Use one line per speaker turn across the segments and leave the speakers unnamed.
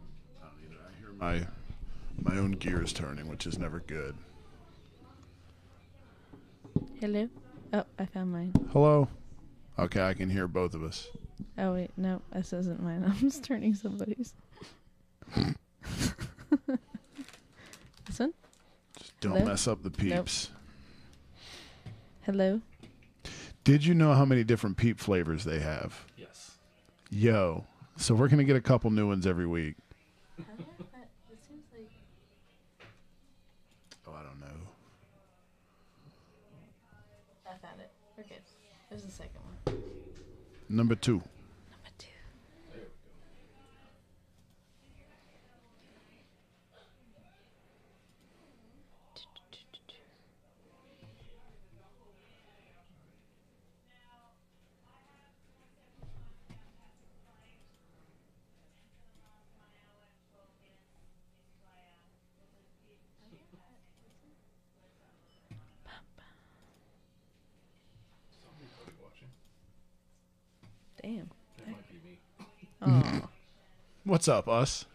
I don't either. I hear my my own gears turning, which is never good.
Hello? Oh, I found mine.
Hello. Okay, I can hear both of us.
Oh, wait, no, this isn't mine. I'm just turning somebody's. this one?
Just don't
Hello?
mess up the peeps.
Hello?
Did you know how many different peep flavors they have?
Yes.
Yo. So we're gonna get a couple new ones every week. Oh, I don't know.
I found it. We're good. There's the second one.
Number two.
Number two.
Somebody probably watching.
Damn.
That might be me.
Mm-hmm.
Oh.
What's up, us?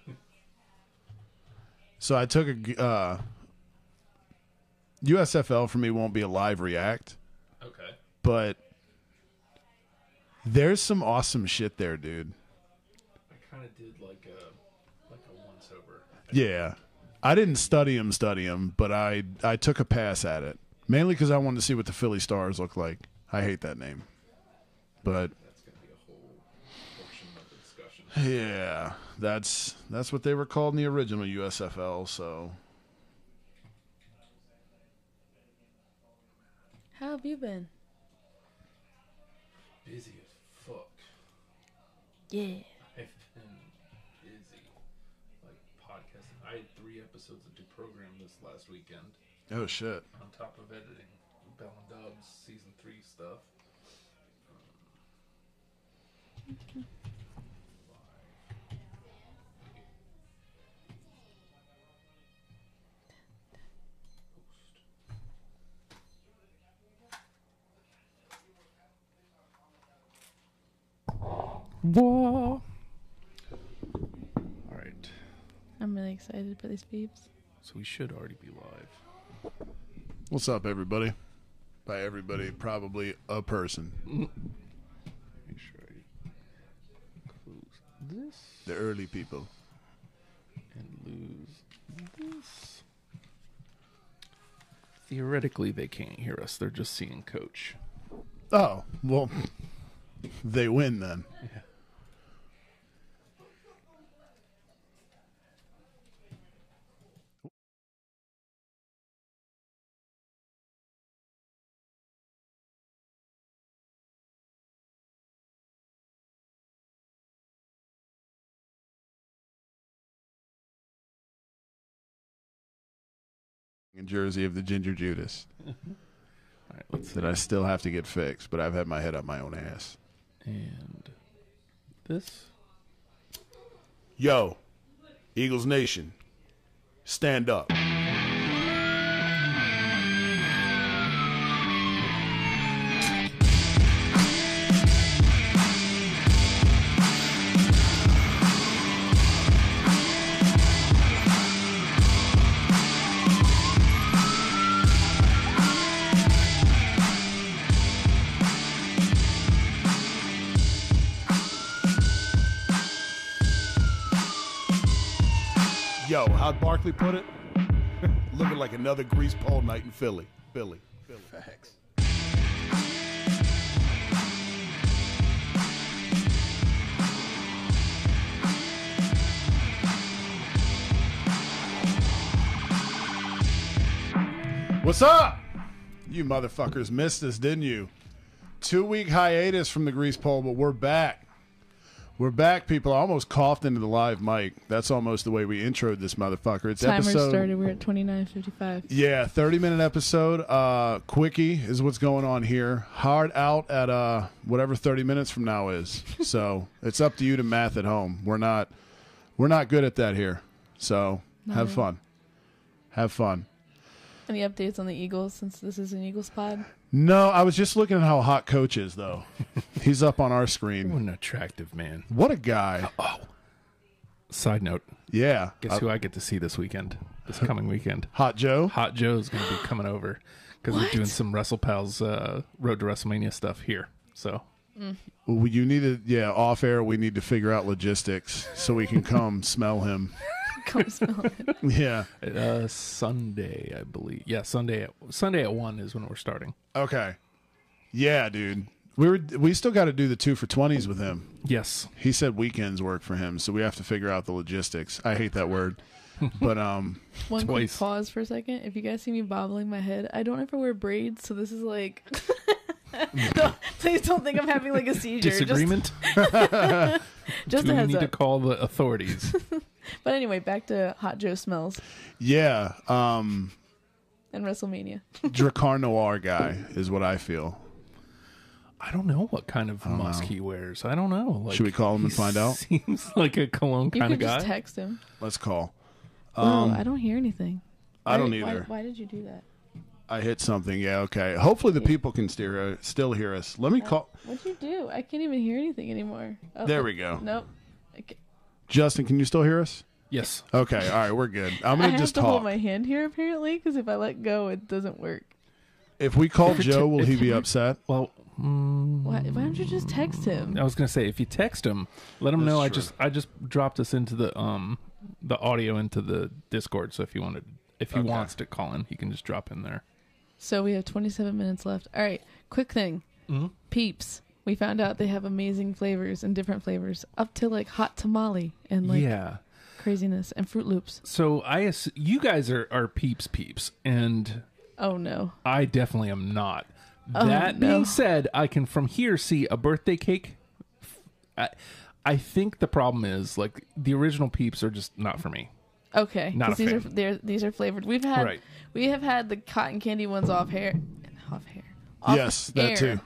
So I took a g- uh, USFL for me won't be a live react,
Okay.
but there's some awesome shit there, dude.
I kind of did like a like a once over.
Yeah, I didn't study him, study him, but I I took a pass at it mainly because I wanted to see what the Philly Stars look like. I hate that name, but
That's gonna be a whole portion of the discussion.
yeah, that's that's what they were called in the original USFL. So
How have you been?
Busy as fuck.
Yeah.
I've been busy. Like podcasting. I had three episodes of Deprogram this last weekend.
oh shit,
On top of editing Bell and Dubs season three stuff. All right.
I'm really excited for these peeps.
So we should already be live.
what's up, everybody? By everybody, probably a person.
Make sure I close this
The early people.
and lose this. Theoretically, they can't hear us. They're just seeing Coach.
Oh, well, they win then. In Jersey of the Ginger Judas
All right, let's
that
see.
I still have to get fixed, but I've had my head up my own ass.
And this.
Yo, Eagles Nation, stand up. Yo, how'd Barkley put it? Looking like another grease pole night in Philly. Philly. Philly. Facts. What's up? You motherfuckers missed us, didn't you? Two week hiatus from the grease pole, but we're back. We're back, people. I almost coughed into the live mic. That's almost the way we introed this motherfucker. It's
Timer
episode
started. We're at 29.55.
yeah, 30 minute episode. Uh quickie is what's going on here. Hard out at uh whatever 30 minutes from now is. So, it's up to you to math at home. We're not we're not good at that here. So, have
No.
fun. Have fun.
Any updates on the Eagles since this is an Eagles pod?
No, I was just looking at how hot Coach is, though. He's up on our
What
screen.
an attractive man.
What a guy.
Side note:
Yeah. Uh,
Guess who I get to see this weekend? This coming weekend.
Hot Joe.
Hot Joe's going to be coming over because we're doing some Wrestle Pals uh, Road to WrestleMania stuff here. So
Well, You need to, yeah, off air, we need to figure out logistics so we can come smell him.
Come smell it.
Yeah.
uh, Sunday, I believe. Yeah, Sunday. At, Sunday at one is when we're starting.
Okay. Yeah, dude. We were we still got to do the 2 for 20s with him.
Yes,
He said weekends work for him, so we have to figure out the logistics. I hate that word. But um
One
Twice.
quick pause for a second. If you guys see me bobbling my head, I don't ever wear braids, so this is like.
Mm-hmm.
Don't- please don't think I'm having like a seizure. Just-
disagreement.
Just,
we
a heads
need to
up.
call the authorities.
but anyway, back to Hot Joe smells
yeah, um
and WrestleMania.
Dracar Noir guy is what I feel.
I don't know what kind of musk he wears. I don't know. Like,
Should we call him and
he
find out?
Seems like a cologne
You
kind of
could
guy.
just text him.
Let's call.
Whoa, I don't hear anything.
Um, I don't
Why- why-
either.
Why, did you do that?
I hit something. Yeah, okay. Hopefully the people can steer, uh, still hear us. Let me call.
What'd you do? I can't even hear anything anymore. Oh,
There we go.
Nope. I ca-
Justin, can you still hear us?
yes.
Okay, all right, we're good. I'm
I
gonna
have
just
to
talk.
hold my hand here apparently because if I let go, it doesn't work.
If we call
If it-
Joe, will he
if-
be upset?
Well, mm,
Why, why don't you just text him?
I was gonna say if you text him, let him
That's
know I
true.
just I just dropped us into the um the audio into the Discord. So if you wanted, if he
Okay.
wants to call in, he can just drop in there.
So we have 27 minutes left. All right, quick thing.
Mhm.
Peeps. We found out they have amazing flavors and different flavors, up to like hot tamale and like
yeah.
craziness and Fruit Loops.
So I ass- you guys are are peeps peeps, and
Oh no.
I definitely am not.
Oh,
that
no.
being said, I can from here see a birthday cake. I, I think the problem is like the original peeps are just not for me.
Okay.
Not
'cause
a
these are
fan.
they're, these are flavored. We've had
Right.
we have had the cotton candy ones off hair, off hair. Off
Yes, that
air.
too.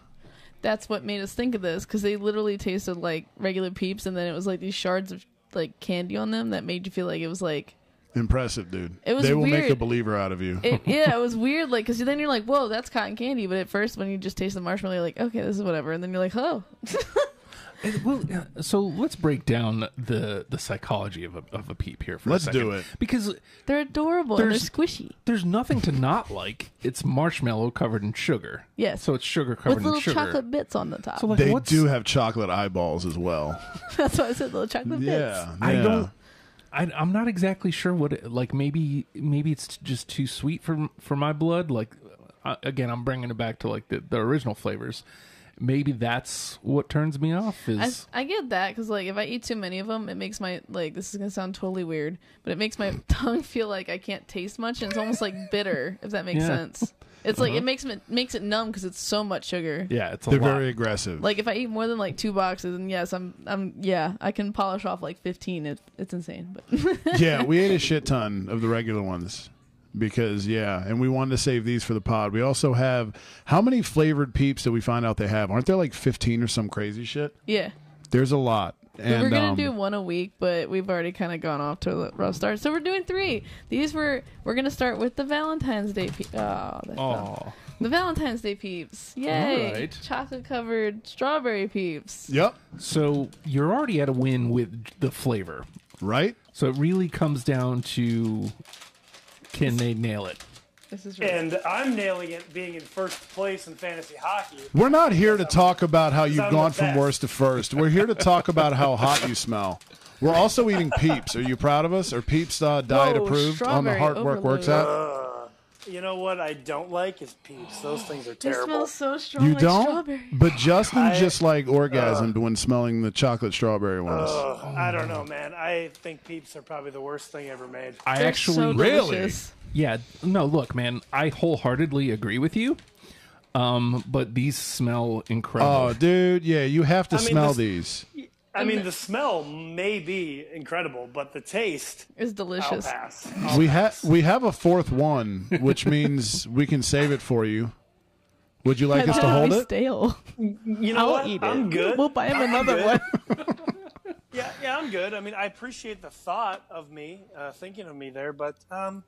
That's what made us think of this because they literally tasted like regular peeps, and then it was like these shards of like candy on them that made you feel like it was like
Impressive, dude.
It was
they will make a
weird.
believer out of you.
it, yeah, it was weird. Like, cause then you're like, whoa, that's cotton candy. But at first, when you just taste the marshmallow, you're like, okay, this is whatever. And then you're like, oh,
And, Well, uh, so let's break down the the psychology of a, of a peep here for
Let's
a second.
do it.
because
they're adorable and they're
There's-
squishy.
there's nothing to not like. It's marshmallow covered in sugar.
Yes.
so it's sugar covered
With little
in sugar.
chocolate bits on the top.
So like,
they
what's,
do have chocolate eyeballs as well.
that's why I said little chocolate bits.
Yeah,
I
yeah.
don't. I, I'm not exactly sure what it, like maybe maybe it's just too sweet for for my blood. Like uh, again, I'm bringing it back to like the, the original flavors. Maybe that's what turns me off.
I,
Is
I get that because like if I eat too many of them, it makes my like this is gonna sound totally weird, but it makes my tongue feel like I can't taste much, and it's almost like bitter if that makes
Yeah.
sense. It's like it makes me makes it numb because it's so much sugar.
yeah, it's a
They're
lot.
very aggressive.
Like if I eat more than like two boxes, and yes, I'm I'm yeah, I can polish off like fifteen. It, it's insane, but
yeah, we ate a shit ton of the regular ones because yeah, and we wanted to save these for the pod. We also have how many flavored peeps did we find out they have? Aren't there like fifteen or some crazy shit?
yeah.
There's a lot.
We
And
we're gonna
um,
do one a week, but we've already kind of gone off to a rough start, so we're doing three. These were we're gonna start with the Valentine's Day. Pe- oh, that fell.
Oh,
the Valentine's Day peeps! Yay,
Alright.
chocolate covered strawberry peeps.
Yep.
so you're already at a win with the flavor.
Right?
So it really comes down to can they nail it?
This is really
and I'm nailing it being in first place in fantasy hockey.
We're not here to talk about how you've
I'm
gone
the
from
best.
worst to first. We're here to talk about how hot you smell. We're also eating peeps. Are you proud of us? Are peeps uh, diet
Whoa,
approved on the
strawberry
Heart Work
overload.
Works app?
You know what I don't like is peeps. Those things are
It
terrible.
smells so strong.
You
like
don't?
Strawberry.
But Justin
I- uh,
just like orgasmed when smelling the chocolate strawberry ones.
Ugh, I don't know, man. I think peeps are probably the worst thing ever made.
I
They're
actually
so
Really?
delicious.
Yeah, no, look, man, I wholeheartedly agree with you. Um, but these smell
Oh,
incredible.
dude, yeah, you have to
mean,
smell
this-
these.
I mean, the smell may be incredible, but the taste,
It's
I'll
delicious.
pass.
We have we have a fourth one, which means we can save it for you. Would you like us to
It'll
hold
be
it?
stale.
You know what?
I'll eat it.
I'm good.
We'll buy him
I'm
another
good.
one.
Yeah, yeah, I'm good. I mean, I appreciate the thought of me, uh, thinking of me there, but um,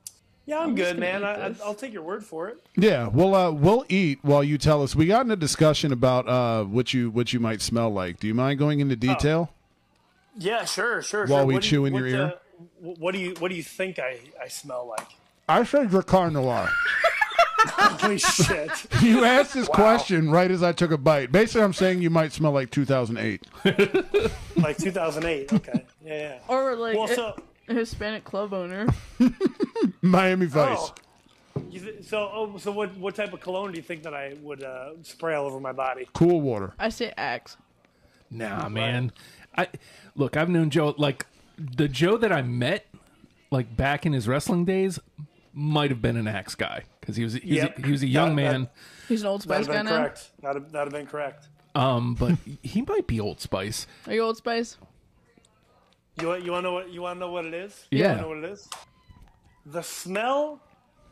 Yeah, I'm,
I'm just
good,
gonna
man.
eat
I,
this.
I'll take your word for it.
Yeah, we'll uh, we'll eat while you tell us. We got in a discussion about uh, what you what you might smell like. Do you mind going into detail?
Yeah, sure, sure.
While
sure.
we
What do
chew in
what
your ear?
the- what do you What do you think I, I smell like?
I said Dracar Noir.
Holy shit!
You asked this question right as I took a bite. Basically, I'm saying you might smell like 2008.
Like 2008. Okay. Yeah, yeah.
Or like
Well,
a-
so
a Hispanic club owner.
Miami Vice.
oh, you th- so oh, so what what type of cologne do you think that I would uh, spray all over my body?
Cool water.
I say axe.
Nah, man. I look. I've known Joe like the Joe that I met like back in his wrestling days might have been an axe guy because he was he was,
Yep.
he was a young
That-
man.
He's an old
That'd
spice
have
guy
been
now.
correct. That'd have, that'd have been correct.
Um, but he might be Old Spice.
Are you old spice?
You want you want to know what you want to know what it is? You
Yeah.
want to know what it is? The smell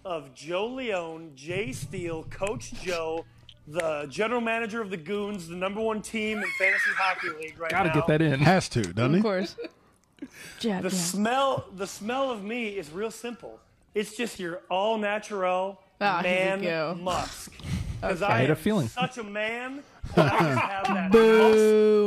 of Joe Leone, Jay Steele, Coach Joe, the general manager of the Goons, the number one team in fantasy hockey league right
Gotta
now.
get that in.
Has to, doesn't
Of
he?
course. Jab,
The
jab.
smell the smell of me is real simple. It's just your all natural
Ah, here we
man
go.
musk. Because
I
I,
had a
am
feeling.
such a man. I just have that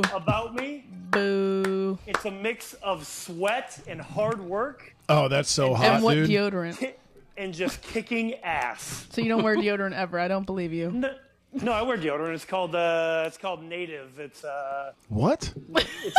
musk about me.
Boo.
It's a mix of sweat and hard work
Oh, that's so hot,
and what
dude.
deodorant?
ki- and just kicking ass.
So you don't wear deodorant ever. I don't believe you.
No, no, I wear deodorant. It's called uh, it's called Native. It's uh,
what?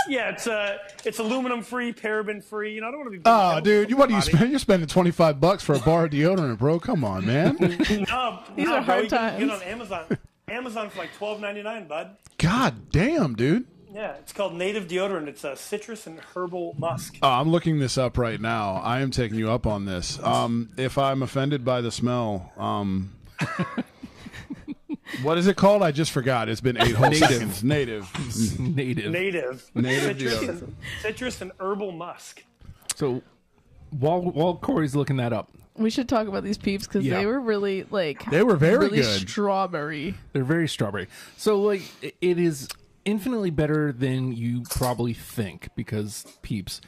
yeah, it's uh, it's aluminum free, paraben free. You know, I don't want to be.
Oh, dude, you what do you
Body.
spend? You're spending 25 bucks for a bar of deodorant, bro. Come on, man.
No,
These
no,
are
bro,
hard
you can Get
times.
on Amazon. Amazon for like twelve ninety nine, bud.
God damn, dude.
Yeah, it's called Native deodorant. It's a citrus and herbal musk.
Uh, I'm looking this up right now. I am taking you up on this. Um, if I'm offended by the smell, um, what is it called? I just forgot. It's been eight whole
Native.
seconds. Native.
Native.
Native,
Native
citrus,
deodorant.
and, citrus and herbal musk.
So while while Corey's looking that up,
We should talk about these peeps because
Yeah.
they were really like
They were very
really
good.
strawberry.
They're very strawberry. So like i- it is infinitely better than you probably think because peeps.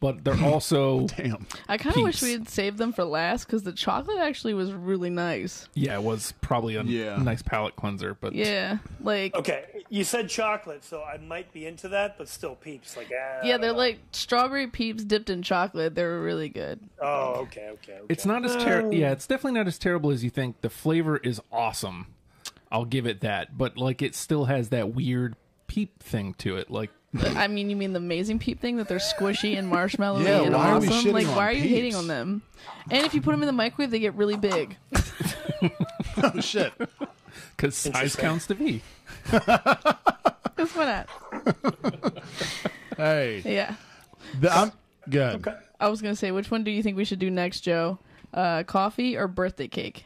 But they're also
Damn.
I kind of wish
Peeps.
we had saved them for last because the chocolate actually was really nice.
yeah, it was probably a
Yeah.
nice palate cleanser, but
Yeah, like
Okay, you said chocolate, so I might be into that, but still peeps. Like, ah,
yeah, they're like strawberry peeps dipped in chocolate. They were really good.
oh, okay, okay. okay.
it's not as terrible. Yeah, it's definitely not as terrible as you think. The flavor is awesome. I'll give it that. But like it still has that weird peep thing to it. Like
I mean, you mean the amazing peep thing that they're squishy and marshmallowy
Yeah,
and
why are we
awesome?
shitting
Like,
on
why are you hating
Peeps?
on them? And if you put them in the microwave, they get really big.
Oh, shit.
cuz size
Interesting.
counts to me.
Because why not?
Hey.
Yeah.
The, I'm good.
I was gonna say, which one do you think we should do next, Joe? Uh, coffee or birthday cake?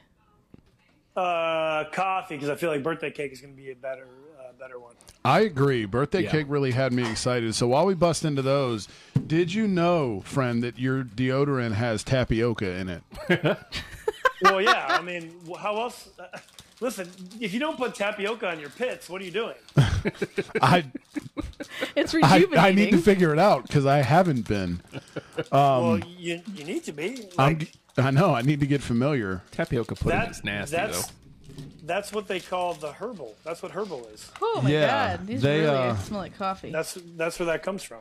uh, coffee because I feel like birthday cake is going to be a better, uh, better one.
I agree. Birthday
Yeah.
cake really had me excited. So while we bust into those, did you know, friend, that your deodorant has tapioca in it?
Well, yeah. I mean, wh- how else? Uh, listen, if you don't put tapioca on your pits, what are you doing?
I
It's
I,
rejuvenating.
I need to figure it out because I haven't been.
well, you you need to be.
I'm,
Like,
I know. I need to get familiar.
Tapioca pudding
that-
is nasty though.
that's that's what they call the herbal. That's what herbal is.
oh my
Yeah,
god, these
they,
really
uh,
smell like coffee.
That's that's where that comes from.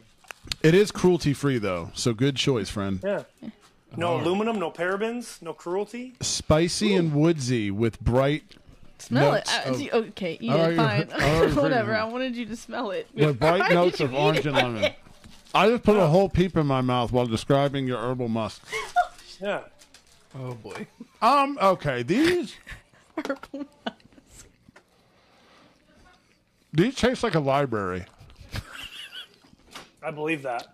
It is cruelty free though, so good choice, friend.
Yeah. No aluminum, no parabens, no cruelty.
Spicy and woodsy with bright.
Smell it.
notes
Uh,
of-
see- okay, eat
Alright,
it. Fine.
you're- alright, pretty
Whatever.
much.
I wanted you to smell it.
With bright
Why
notes
did
of
you eat
orange
it?
and lemon. I just put a whole peep in my mouth while describing your herbal musk.
Yeah.
Oh boy.
Um. Okay. These these taste like a library.
I believe that.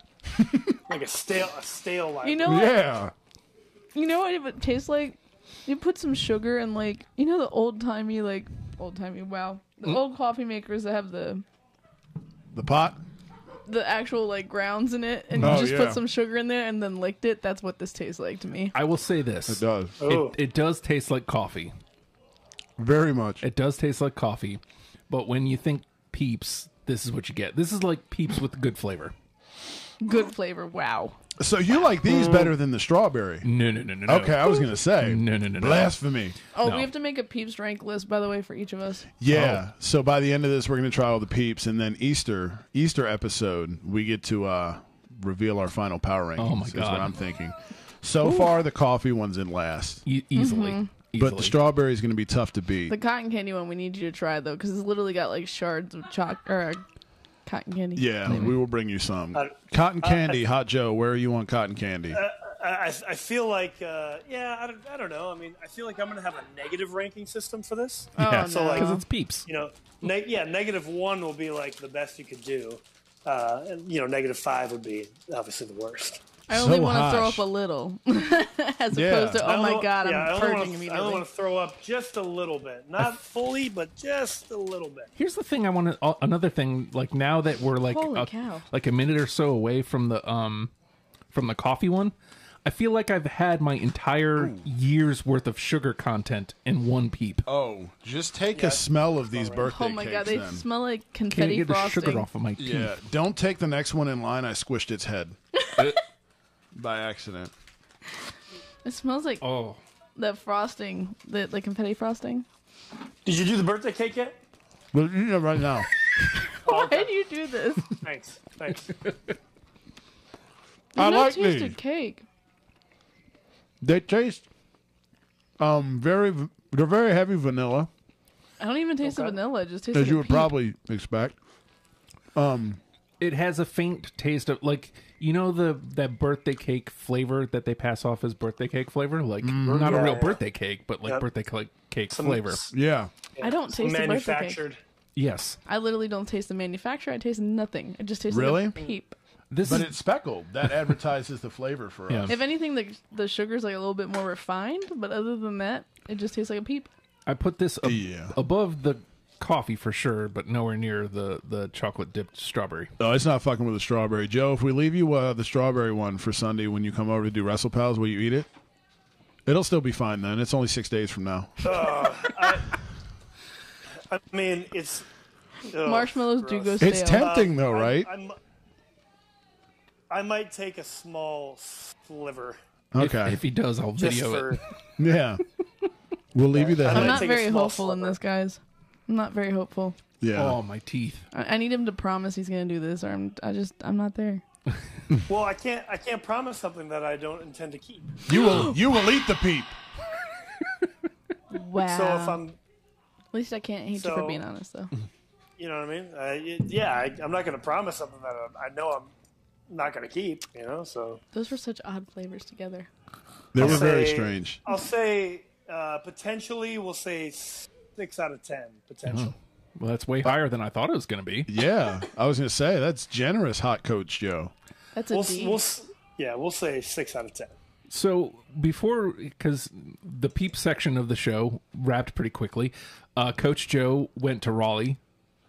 like a stale a stale like
You know what?
Yeah.
You know what it would taste like? You put some sugar and like you know the old timey like old timey wow the
Hmm?
old coffee makers that have the
The pot.
the actual like grounds in it and
Oh,
you just
yeah.
put some sugar in there and then licked it. That's what this tastes like to me.
I will say this. It
does
Oh.
It, it does taste like coffee.
very much.
It does taste like coffee, but when you think peeps, this is what you get. This is like peeps with good flavor.
Good flavor. Wow.
So you like these better than the strawberry?
No, no, no, no. no.
Okay, I was gonna say.
No, no, no, no.
Blasphemy.
Oh,
No.
we have to make a peeps rank list, by the way, for each of us.
Yeah. So by the end of this, we're gonna try all the peeps, and then Easter Easter episode, we get to uh, reveal our final power rankings.
Oh my
Is
God.
what I'm thinking. So far, the coffee one's in last,
E- easily, easily.
but the strawberry is gonna be tough to beat.
The cotton candy one we need you to try though, because it's literally got like shards of choc or uh, cotton candy.
yeah, we will bring you some
Uh,
cotton candy. Hot Joe, where are you on cotton candy?
uh,
I, I- I feel like, uh, yeah, I don't, I don't know. I mean, I feel like I'm going to have a negative ranking system for this.
Oh
Yeah.
no.
So,
like,
because it's peeps.
You know, ne- yeah, negative one will be like the best you could do. Uh, and, you know, negative five would be obviously the worst.
I only
so
want to throw
harsh.
up a little, as
Yeah.
opposed to
I
oh my
only-
god,
yeah, I
I'm purging
only wanna- I only
immediately.
want to throw up just a little bit, not fully, but just a little bit.
Here's the thing I want to another thing like now that we're like
Holy
a,
cow.
like a minute or so away from the um from the coffee one. I feel like I've had my entire year's worth of sugar content in one peep.
Oh, just take a smell of these birthday
Oh my
cakes.
god, they
then.
smell like
Can't
confetti
get the
frosting.
sugar off of my teeth.
Yeah, don't take the next one in line. I squished its head by accident.
It smells like
Oh,
the frosting, the, the confetti frosting.
Did you do the birthday cake yet?
Well, you know, right now.
Why do you do this?
Thanks. Thanks.
I
no
like
tasted
these.
cake.
They taste um very they're very heavy vanilla,
I don't even taste the
Okay.
vanilla. It just tastes
as
like
you
a
would
peep.
probably expect.
it has a faint taste of like you know the that birthday cake flavor that they pass off as birthday cake flavor, like not a
Mm. Yeah,
real
yeah.
birthday cake, but like
Yep.
birthday cake cake
Some-
flavor.
s-
Yeah.
I don't taste the birthday cake.
manufactured.
Yes,
I literally don't taste the manufacturer. I taste nothing. It just tastes
Really?
like a peep.
this
But
is
it's speckled. That advertises the flavor for
Yeah.
us.
If anything, the the sugar's like a little bit more refined, but other than that, it just tastes like a peep.
I put this ab-
Yeah.
above the coffee for sure, but nowhere near the the chocolate dipped strawberry.
Oh, it's not fucking with the strawberry. Joe, if we leave you uh, the strawberry one for Sunday when you come over to do Wrestle Pals, will you eat it? It'll still be fine then. It's only six days from now.
I mean, it's oh, ugh,
Marshmallows do
gross.
go stale.
It's tempting though,
I'm-
right?
I'm- I might take a small sliver.
If-
Okay.
If, he does, I'll
Just
video
for,
it.
yeah. We'll leave you that.
I'm
I'm
Like,
not
take a
very
small
hopeful in
slipper.
this, guys. I'm not very hopeful.
yeah.
Oh, my teeth.
I, I need him to promise he's gonna do this, or I'm I just I'm not there.
Well, I can't. I can't promise something that I don't intend to keep.
You will you will eat the peep.
Wow.
So if I'm,
At least I can't hate you for
so-
being honest, though.
you know what I mean? I, it- yeah, I, I'm not going to promise something that I, I know I'm not going to keep. You know, so
Those were such odd flavors together.
They were very
say-
strange.
I'll say uh, potentially we'll say six out of ten potential.
Well, that's way higher than I thought it was going to be.
Yeah, I was gonna say that's generous, hot coach Joe.
That's a
We'll,
D.
we'll s- yeah, we'll say six out of ten.
So before, because the peep section of the show wrapped pretty quickly, uh, Coach Joe went to Raleigh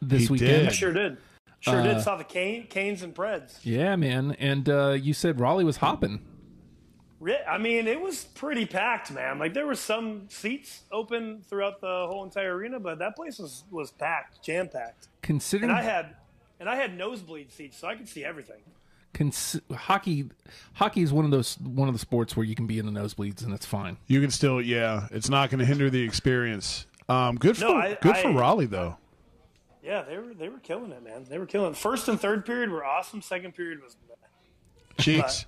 this
He
weekend.
did.
Sure did. Sure
Uh,
did. Saw the Cane, Canes and Preds.
Yeah, man. And uh, you said Raleigh was hopping.
Re- I mean, it was pretty packed, man. Like there were some seats open throughout the whole entire arena, but that place was was packed, jam packed.
Considering
And I had and I had nosebleed seats, so I could see everything.
cons- hockey, hockey is one of those one of the sports where you can be in the nosebleeds and it's fine.
You can still, yeah, it's not gonna hinder the experience. Um, good for
No, I-
good for
I-
Raleigh though.
Yeah, they were they were killing it, man. They were killing. It. First and third period were awesome. Second period was
Cheeks,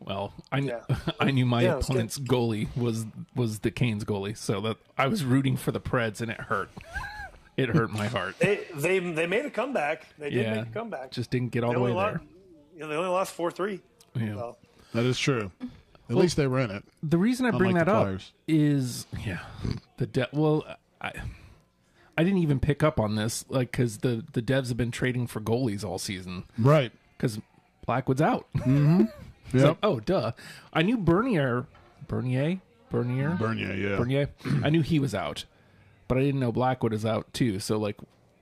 Well, I kn-
Yeah.
I knew my
Yeah, it was good.
opponent's goalie was was the Canes goalie, so that I was rooting for the Preds, and it hurt. It hurt my heart.
they they they made a comeback. They did
yeah,
make a comeback.
just didn't get all
they
the
only
way
lost.
there.
You know, they only lost four three.
Yeah.
So
that is true. At least they were in it.
the reason I bring
Unlike
that
the
up
Flyers.
is yeah, the de- well, I I didn't even pick up on this like because the the Devs have been trading for goalies all season
Right.
because Blackwood's out. It's like,
Yep.
oh, duh. I knew Bernier, Bernier, Bernier,
Bernier, yeah.
Bernier. I knew he was out, but I didn't know Blackwood is out too. So like,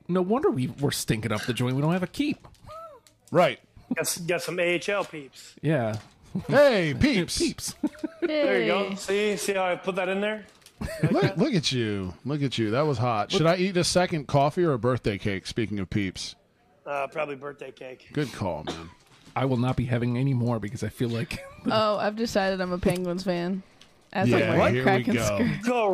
no wonder we were stinking up the joint. We don't have a keep.
Right.
got, s- got some AHL peeps.
Yeah,
Hey, peeps.
peeps.
There you go. See see how I put that in there.
Look, look at you. Look at you. That was hot. Should I eat a second coffee or a birthday cake? Speaking of peeps,
Uh, probably birthday cake.
good call, man.
I will not be having any more because I feel like
Oh, I've decided I'm a Penguins fan. As
Yeah,
I'm like
here we
Kraken
go.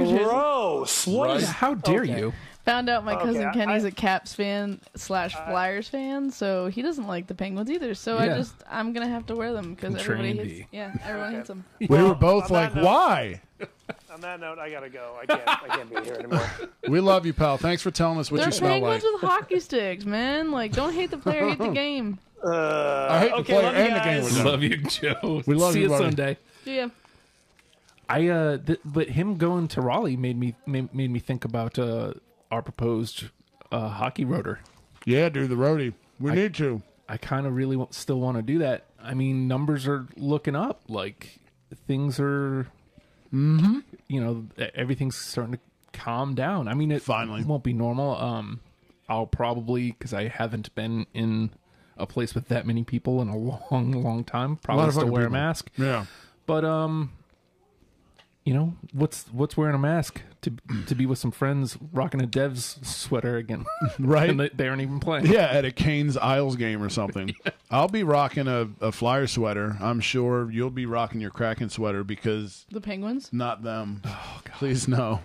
skirt.
Gross. What is
how dare
Okay.
you?
Found out my
Okay,
cousin
I-
Kenny's
I-
a Caps fan slash Flyers fan, so he doesn't like the Penguins either. So
Yeah.
I just I'm gonna have to wear them because everybody
Trendy.
hates. Yeah, everyone hates them.
We were both
on that
like,
note-
why?
On that note, I gotta go. I can't. I can't be here anymore.
We love you, pal. Thanks for telling us what
They're
you smell like.
penguins with hockey sticks, man. Like, don't hate the player, hate the game.
Uh,
I hate the
okay, uh,
player
love you
and the game
guys.
we're done.
Love you, Joe.
We love
See
you, buddy.
Sunday.
Yeah.
I uh, th- but him going to Raleigh made me made, made me think about uh, our proposed uh, hockey rotor.
Yeah, dude, the roadie. We need to.
I kind of really want, still want to do that. I mean, numbers are looking up. Like things are,
Mm-hmm.
you know, e- everything's starting to calm down. I mean, it
Finally.
won't be normal. Um, I'll probably because I haven't been in a place with that many people in a long, long time. Probably
of
still
fucking
wear a
people.
mask.
Yeah.
But um, you know what's what's wearing a mask to to be with some friends rocking a Dev's sweater again,
Right?
and they, they aren't even playing.
Yeah, at a Canes Isles game or something. I'll be rocking a, a flyer sweater. I'm sure you'll be rocking your Kraken sweater because
The Penguins?
not them.
Oh,
Please no.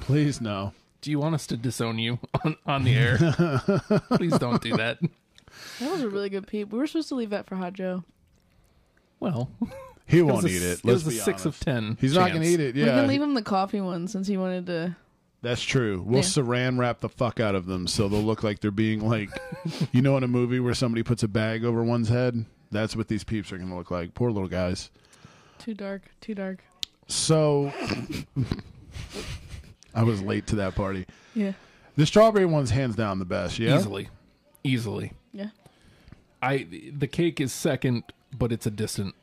Please no.
Do you want us to disown you on, on the air? Please don't do that.
That was a really good peep. We were supposed to leave that for Hot Joe.
Well,
He
it was
won't
a,
eat
s-
it. Let's
it was
be
a six
honest.
of ten.
He's not going to eat it. Yeah.
We can leave him the coffee one since he wanted to.
That's true. We'll
Yeah.
saran wrap the fuck out of them so they'll look like they're being like, you know, in a movie where somebody puts a bag over one's head. That's what these peeps are going to look like. Poor little guys.
Too dark. Too dark.
So I was late to that party.
Yeah.
The strawberry one's hands down the best. Yeah.
easily, easily.
Yeah.
I the cake is second, but it's a distant.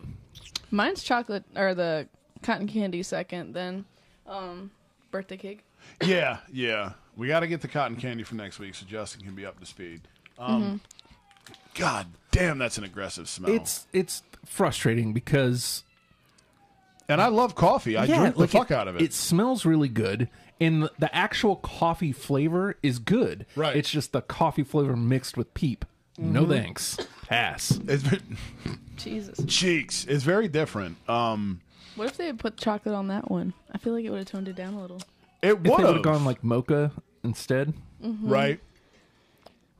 Mine's chocolate or the cotton candy second, then um birthday cake.
Yeah. Yeah. We got to get the cotton candy for next week so Justin can be up to speed.
Mm-hmm.
Um, God damn, that's an aggressive smell.
It's it's frustrating because
and I love coffee. I drink the
like
fuck out of it.
It smells really good, and the, the actual coffee flavor is good.
Right.
It's just the coffee flavor mixed with peep. No thanks. Pass.
It's ve-
Jesus.
cheeks. It's very different. Um,
What if they had put chocolate on that one? I feel like it would have toned it down a little.
it
If they would
would
have gone like mocha instead,
right.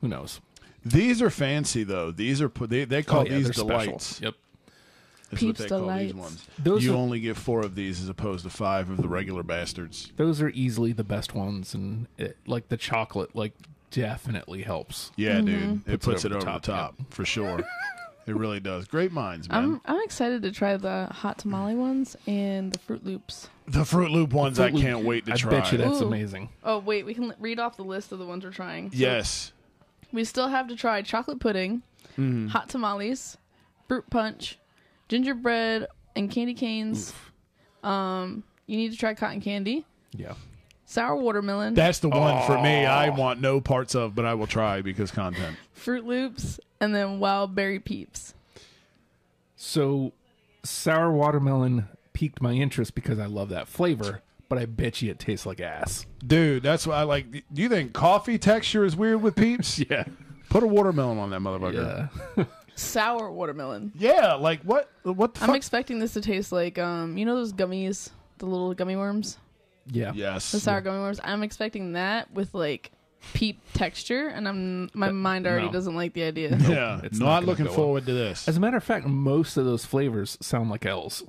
who knows? Oh,
These are fancy though. These are pu- they they call these
they're special.
delights.
Yep.
Is what
Peeps
they call
Delights.
these ones.
Those
you
are-
only get four of these as opposed to five of the regular bastards.
Those are easily the best ones, and it, like the chocolate, like definitely helps.
Yeah, dude, it puts it over, the top,
yeah.
for sure. it really does. Great minds, man.
I'm I'm excited to try the hot tamale ones and the Fruit Loops.
the Fruit Loop ones, I
Fruit Loop-
can't wait to
I
try.
bet you that's
Ooh.
amazing.
Oh wait, we can l- read off the list of the ones we're trying. So
Yes,
we still have to try chocolate pudding,
Mm-hmm.
hot tamales, fruit punch, gingerbread and candy canes. Um, you need to try cotton candy,
Yeah.
sour watermelon,
that's the one for me. I want no parts of, but I will try because content.
Fruit Loops, and then wild berry peeps.
So, sour watermelon piqued my interest because I love that flavor, but I bet you it tastes like ass.
Dude, that's what I like. Do you think coffee texture is weird with peeps?
Yeah.
Put a watermelon on that motherfucker.
Yeah.
Sour watermelon.
Yeah, like what? What the
I'm
fuck?
expecting this to taste like um, you know those gummies, the little gummy worms,
Yeah.
yes,
the sour gummy worms. I'm expecting that with like peep texture, and I'm my mind already
no.
doesn't like the idea.
yeah.
it's not
not,
gonna
looking
go well.
forward to this.
As a matter of fact, most of those flavors sound like L's.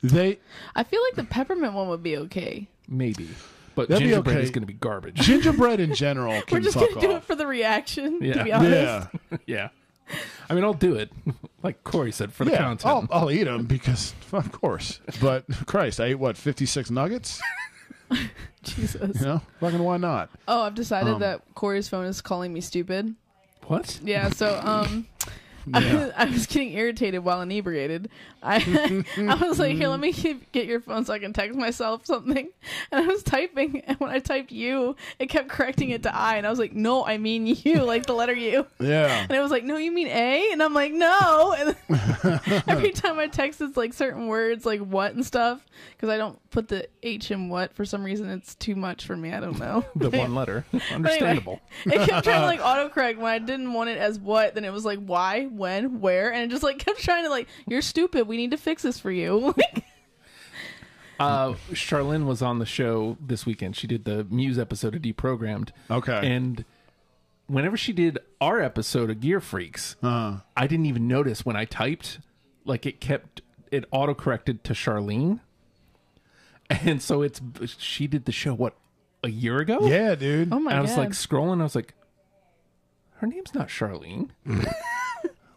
They
I feel like the peppermint one would be okay.
Maybe. But
That'd be
gingerbread
okay.
is going to be garbage.
gingerbread in general
We're
can
just
fuck
gonna
off.
do it for the reaction,
Yeah.
to be honest.
yeah,
yeah. I mean, I'll do it, like Corey said, for the
yeah.
content.
I'll, I'll eat them because, of course. But Christ, I ate what fifty six nuggets.
Jesus.
You know, fucking why not?
Oh, I've decided
Um.
that Corey's phone is calling me stupid.
What?
Yeah, so um
Yeah.
I, was getting irritated while inebriated. I I was like, here, let me keep, get your phone so I can text myself something. And I was typing, and when I typed you, it kept correcting it to I, and I was like, no, I mean you, like the letter U.
Yeah,
And it was like, no, you mean A? And I'm like, no. And then every time I text, it's like certain words, like what and stuff, because I don't put the H in what for some reason. It's too much for me. I don't know.
The one letter.
But anyway,
Understandable.
it kept trying to like autocorrect when I didn't want it as what, then it was like why, when, where, and it just like kept trying to like, you're stupid. We need to fix this for you. Like,
Uh, Charlene was on the show this weekend. She did the Muse episode of Deprogrammed.
Okay.
And whenever she did our episode of Gear Freaks,
Uh,
I didn't even notice when I typed, like it kept, it auto corrected to Charlene. And so it's, she did the show, what, a year ago?
Yeah, dude.
oh my
and I was
god.
like scrolling. I was like, her name's not Charlene.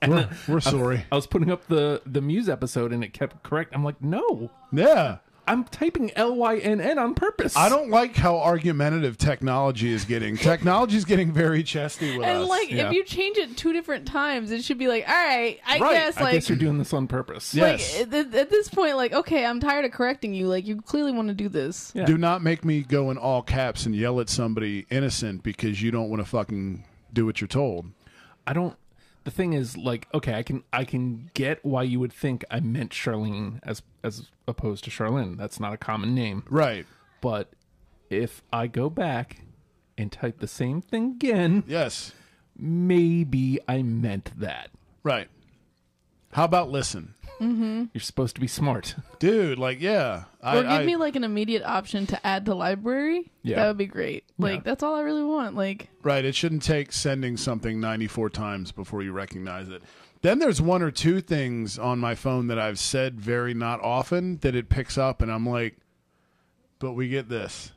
We're, we're sorry.
I was putting up the the Muse episode and it kept correct. I'm like, no,
Yeah.
I'm typing L Y N N on purpose.
I don't like how argumentative technology is getting. Technology is getting very chesty with
and
us.
like,
yeah.
if you change it two different times, it should be like, all right, I
Right,
guess
I
like.
guess you're doing this on purpose.
Yeah.
like
Yes.
at, th- at this point, like okay, I'm tired of correcting you. Like you clearly want to do this.
Yeah.
Do not make me go in all caps and yell at somebody innocent because you don't want to fucking do what you're told.
I don't. The thing is, like, okay, I can I can get why you would think I meant Charlene as as opposed to Charlene. That's not a common name.
Right.
But if I go back and type the same thing again,
Yes.
maybe I meant that.
Right. How about listen?
You're supposed to be smart.
Dude, like, yeah. I,
Or give
I-
me like an immediate option to add to library.
Yeah.
That would be great. Like
Yeah.
that's all I really want. Like
Right. It shouldn't take sending something 94 times before you recognize it. Then there's one or two things on my phone that I've said very not often that it picks up, and I'm like, but we get this.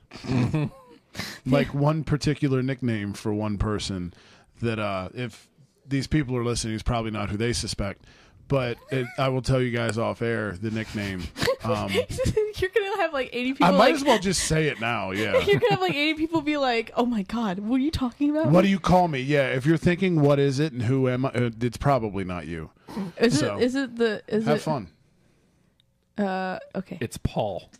like one particular nickname for one person that uh, if these people are listening, it's probably not who they suspect. But it, I will tell you guys off air the nickname. Um,
you're gonna have like 80 people.
I might
like,
as well just say it now. Yeah.
You're gonna have like 80 people be like, "Oh my god, what are you talking about?
What do you call me? Yeah, if you're thinking what is it and who am I, uh, it's probably not you.
is
so-
it? Is it the? Is
Have
it?
fun.
Uh, okay,
It's Paul.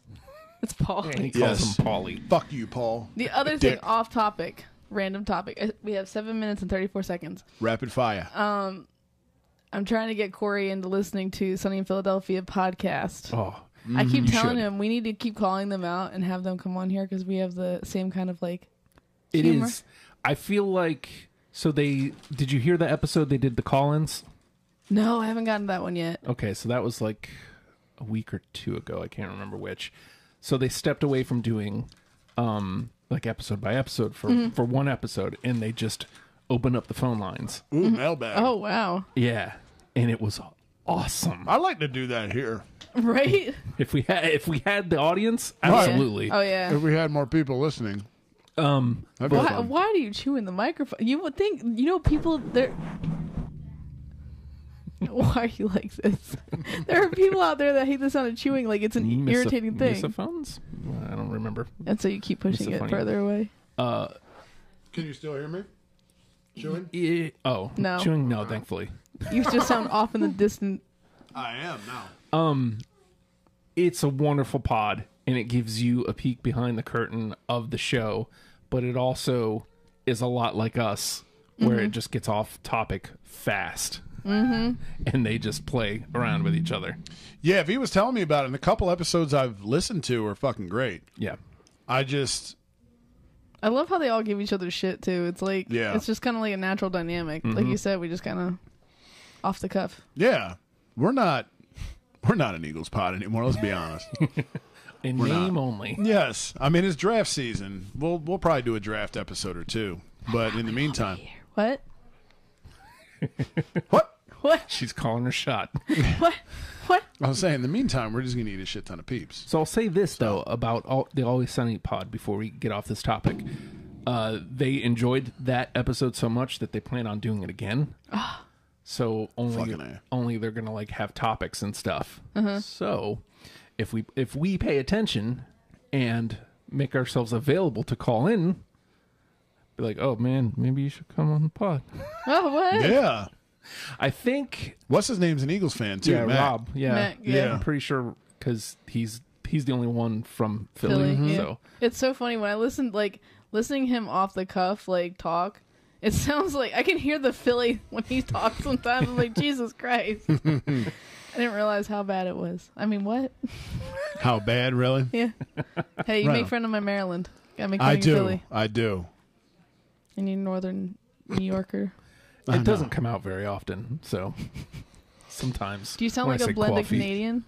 it's Paul.
He calls
Yes.
him Paulie.
Fuck you, Paul.
The other thing,
Dick.
off topic, random topic. I- We have seven minutes and 34 seconds.
Rapid fire.
Uh, I'm trying to get Corey into listening to Sunny in Philadelphia podcast.
Oh,
I keep telling
should.
him we need to keep calling them out and have them come on here because we have the same kind of like.
it
Humor.
is. I feel like so. They did you hear the episode they did the Collins?
No, I haven't gotten to that one yet.
Okay, so that was like a week or two ago. I can't remember which. So they stepped away from doing um like episode by episode for
Mm-hmm.
for one episode, and they just opened up the phone lines.
Ooh, mailbag.
Oh wow,
Yeah, and it was awesome.
I like to do that here.
right?
If we had if we had the audience, absolutely.
Oh yeah.
If we had more people listening,
Um,
that'd be
Why,
fun.
why do you chew in the microphone? You would think, you know, people there. Why are you like this? there are people out there that hate the sound of chewing. Like it's an
misoph-
irritating thing,
misophones? I don't remember.
and so you keep pushing it
misophonia.
further away.
Can you still hear me? Chewing?
Eh, oh
No. Uh-uh.
chewing. No, thankfully.
You just sound off in the distant.
I am now.
it's a wonderful pod and it gives you a peek behind the curtain of the show but it also is a lot like us where it just gets off topic fast and they just play around with each other
Yeah, if he was telling me about it, and the couple episodes I've listened to are fucking great.
yeah
I just,
I love how they all give each other shit too. It's like
Yeah.
it's just kind of like a natural dynamic. Like you said, we just kind of off the cuff.
yeah, we're not, we're not an Eagles pod anymore. Let's be honest.
in name only
yes, I mean it's draft season. We'll we'll probably do a draft episode or two. But in the meantime,
What?
what?
What?
she's calling her shot
What? What?
I was saying, in the meantime, we're just gonna eat a shit ton of peeps.
so i'll say this though about all, the always sunny pod before we get off this topic uh, they enjoyed that episode so much that they plan on doing it again so only
Fucking A.
only they're gonna like have topics and stuff.
Uh-huh.
So if we if we pay attention and make ourselves available to call in, be like, oh man, maybe you should come on the pod.
Oh what?
Yeah.
I think
What's his name's an Eagles fan too.
yeah,
Matt.
Rob. Yeah,
Matt, yeah.
Yeah.
I'm pretty sure because he's he's the only one from Philly.
Philly, yeah.
So
It's so funny when I listen, like listening him off the cuff, like talk. It sounds like I can hear the Philly when he talks sometimes. I'm like, Jesus Christ! I didn't realize how bad it was. I mean, what?
How bad, really?
Yeah. Hey, you
Right
make
on.
fun of my Maryland. Gotta make fun
I
of
do.
your Philly
I do.
and you Northern New Yorker.
It doesn't come out very often, so sometimes.
Do you sound
when I
like
say
a blended
coffee-
Canadian?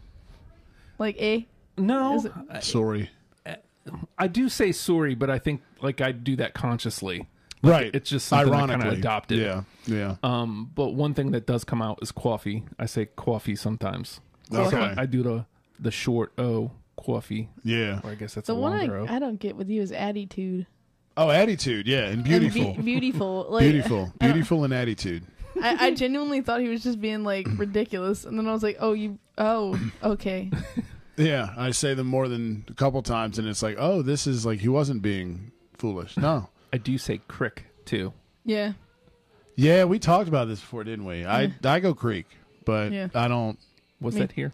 Like eh? a
No,
Is it-
I,
Sorry.
I do say sorry, but I think like I do that consciously.
right.
it's just something I kinda adopted.
Yeah. Yeah.
Um, but one thing that does come out is coffee. I say coffee sometimes.
okay.
I do the the short O coffee,
yeah.
or I guess that's
the
a
one
longer O.
I, I don't get with you is attitude.
Oh, attitude. Yeah, and
And
beautiful.
be- beautiful. Like,
beautiful. Beautiful and attitude.
I, I genuinely thought he was just being like ridiculous, and then I was like, "Oh, you, oh, okay."
Yeah, I say them more than a couple times, and it's like, oh, this is like he wasn't being foolish. No.
I do say crick too.
Yeah,
Yeah, we talked about this before, didn't we? I I go Creek, but
Yeah.
I don't.
Was
Me-
that here?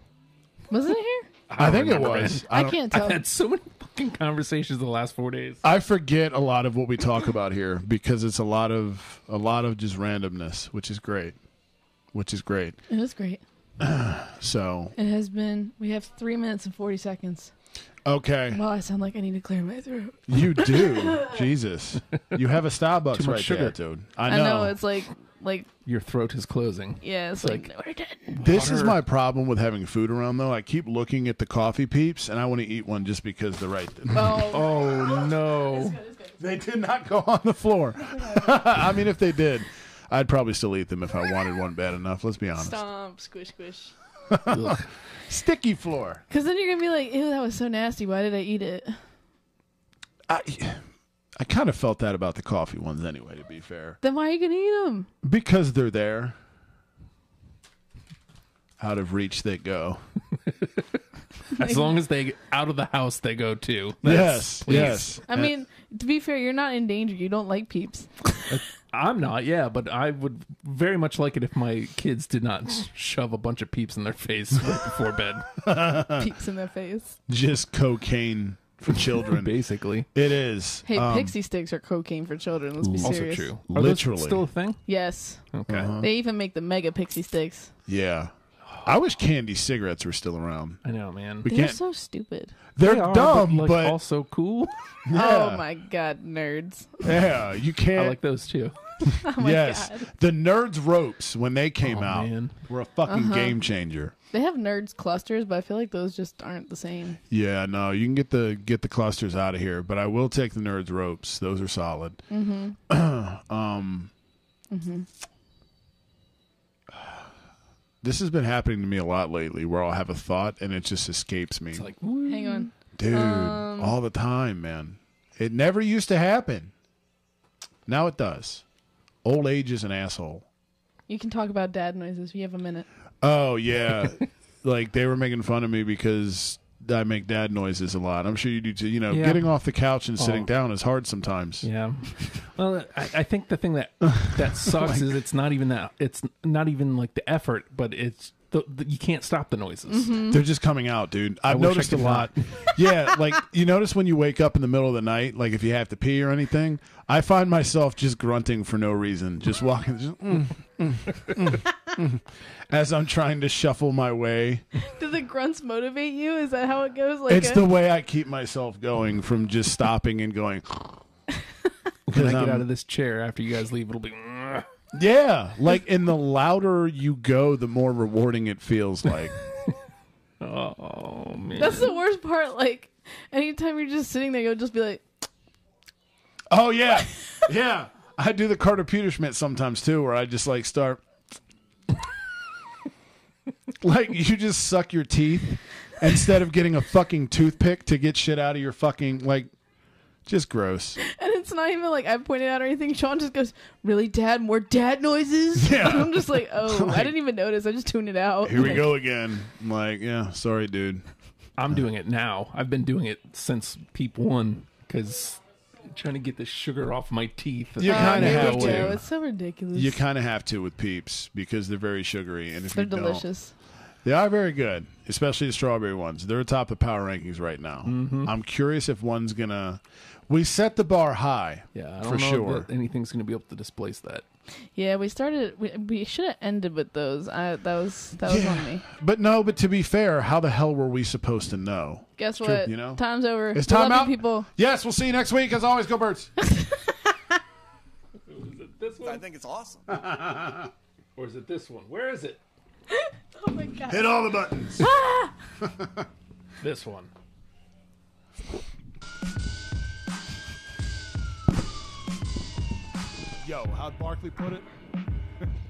wasn't it here?
I,
don't
think it
remember,
was.
I,
don't-
can't
I've
tell.
had so many fucking conversations the last four days.
I forget a lot of what we talk about here because it's a lot of a lot of just randomness, which is great, which is great.
It was great.
So
It has been. We have three minutes and forty seconds.
okay,
Well, I sound like I need to clear my throat.
you do Jesus. You have a Starbucks
Too much
right there,
sugar.
dude. I
I
know.
know, it's like, like,
Your throat is closing.
yeah, it's,
It's
like, we're done.
this is
water.
my problem with having food around though. I keep looking at the coffee peeps, and I want to eat one just because they're right. there.
Oh,
Oh no!
They did not go on the floor. I mean, if they did, I'd probably still eat them if I wanted one bad enough. Let's be honest.
stomp, squish, squish.
Ugh.
Sticky floor.
Because then you're gonna be like, "Ew, that was so nasty. Why did I eat it?"
I, I kind of felt that about the coffee ones anyway. To be fair,
Then why are you gonna eat them?
because they're there. Out of reach they go.
As long as they get out of the house, they go too. That's-
yes,
please.
yes.
I mean, to be fair, you're not in danger. You don't like peeps.
I'm not. Yeah, but I would very much like it if my kids did not shove a bunch of peeps in their face right before bed.
peeps in their face.
just cocaine for children.
Basically,
it is.
Hey,
Um,
pixie sticks are cocaine for children. Let's be
also
serious.
true.
Are those Literally.
still
still Uh-huh.
a thing.
Yes,
Okay.
they even make the mega pixie sticks.
Yeah. I wish candy cigarettes were still around.
I know, man.
We
They're
can't.
so stupid.
They're
They are,
dumb, but,
like, also cool.
Oh
yeah,
my god, nerds!
yeah, you can't.
I like those too.
yes,
God.
the Nerds ropes when they came
Oh,
out
man.
were a fucking game changer.
They have nerds clusters, but I feel like those just aren't the same.
Yeah, no, you can get the get the clusters out of here, but I will take the Nerds ropes. Those are solid. Um, Mm-hmm. um, This has been happening to me a lot lately, where I'll have a thought and it just escapes me,
Like, woo.
Hang on,
dude, all the time, man. It never used to happen. Now it does. Old age is an asshole.
you can talk about dad noises. We have a minute.
Oh yeah, like they were making fun of me because I make dad noises a lot. I'm sure you do too. You know,
Yeah.
getting off the couch and sitting
Oh.
down is hard sometimes.
yeah. Well, I, I think the thing that that sucks is it's not even that. It's not even like the effort, but it's the, the, you can't stop the noises.
They're just coming out, dude. I've
wish I
noticed a
could
lot. yeah, like you notice when you wake up in the middle of the night, like if you have to pee or anything, I find myself just grunting for no reason, just walking, just, mm, mm, mm, mm, as I'm trying to shuffle my way.
Do the grunts motivate you? Is that how it goes? Like uh,
It's the way I keep myself going from just stopping and going.
When I
Because
get
I'm-
out of this chair after you guys leave, it'll be. "Ugh."
Yeah, like and the louder you go, the more rewarding it feels like.
Oh man.
that's the worst part. Like anytime you're just sitting there, you'll just be like,
oh yeah, yeah. I do the Carter Peterschmidt sometimes too, where I just like start, like you just suck your teeth instead of getting a fucking toothpick to get shit out of your fucking like. Just gross.
and it's not even like I pointed out or anything. Sean just goes, "Really, dad? More dad noises?"
Yeah.
And I'm just like, "Oh,
Like-
I didn't even notice. I just tuned it out."
Here we
Like,
go again. I'm like, yeah, sorry, dude.
I'm doing it now. I've been doing it since peep one because trying to get the sugar off my teeth.
You
Oh,
kinda
here we
have
go.
to.
It's so ridiculous.
You kind of have to with peeps because they're very sugary, and if
They're
you don't-
delicious.
They are very good, especially the strawberry ones. They're atop the power rankings right now.
Mm-hmm.
I'm curious if one's gonna. We set the bar high.
Yeah, I
for
don't know
sure.
that anything's going to be able to displace that.
Yeah, we started. We, we should have ended with those. I, that was that was on me.
But no, but to be fair, how the hell were we supposed to know?
Guess what?
you know?
Time's over.
It's
We love
time
you,
out.
people.
Yes, we'll see you next week. As always, go birds.
This
I think it's awesome.
Or is it this one? Where is it?
Oh my god.
Hit all the buttons.
This one.
Yo, how'd Barkley put it?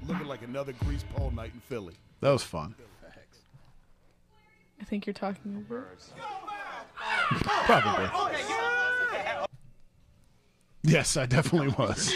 Looking like another grease pole night in Philly.
That was fun.
I think you're talking over.
Probably. Yes, I definitely was.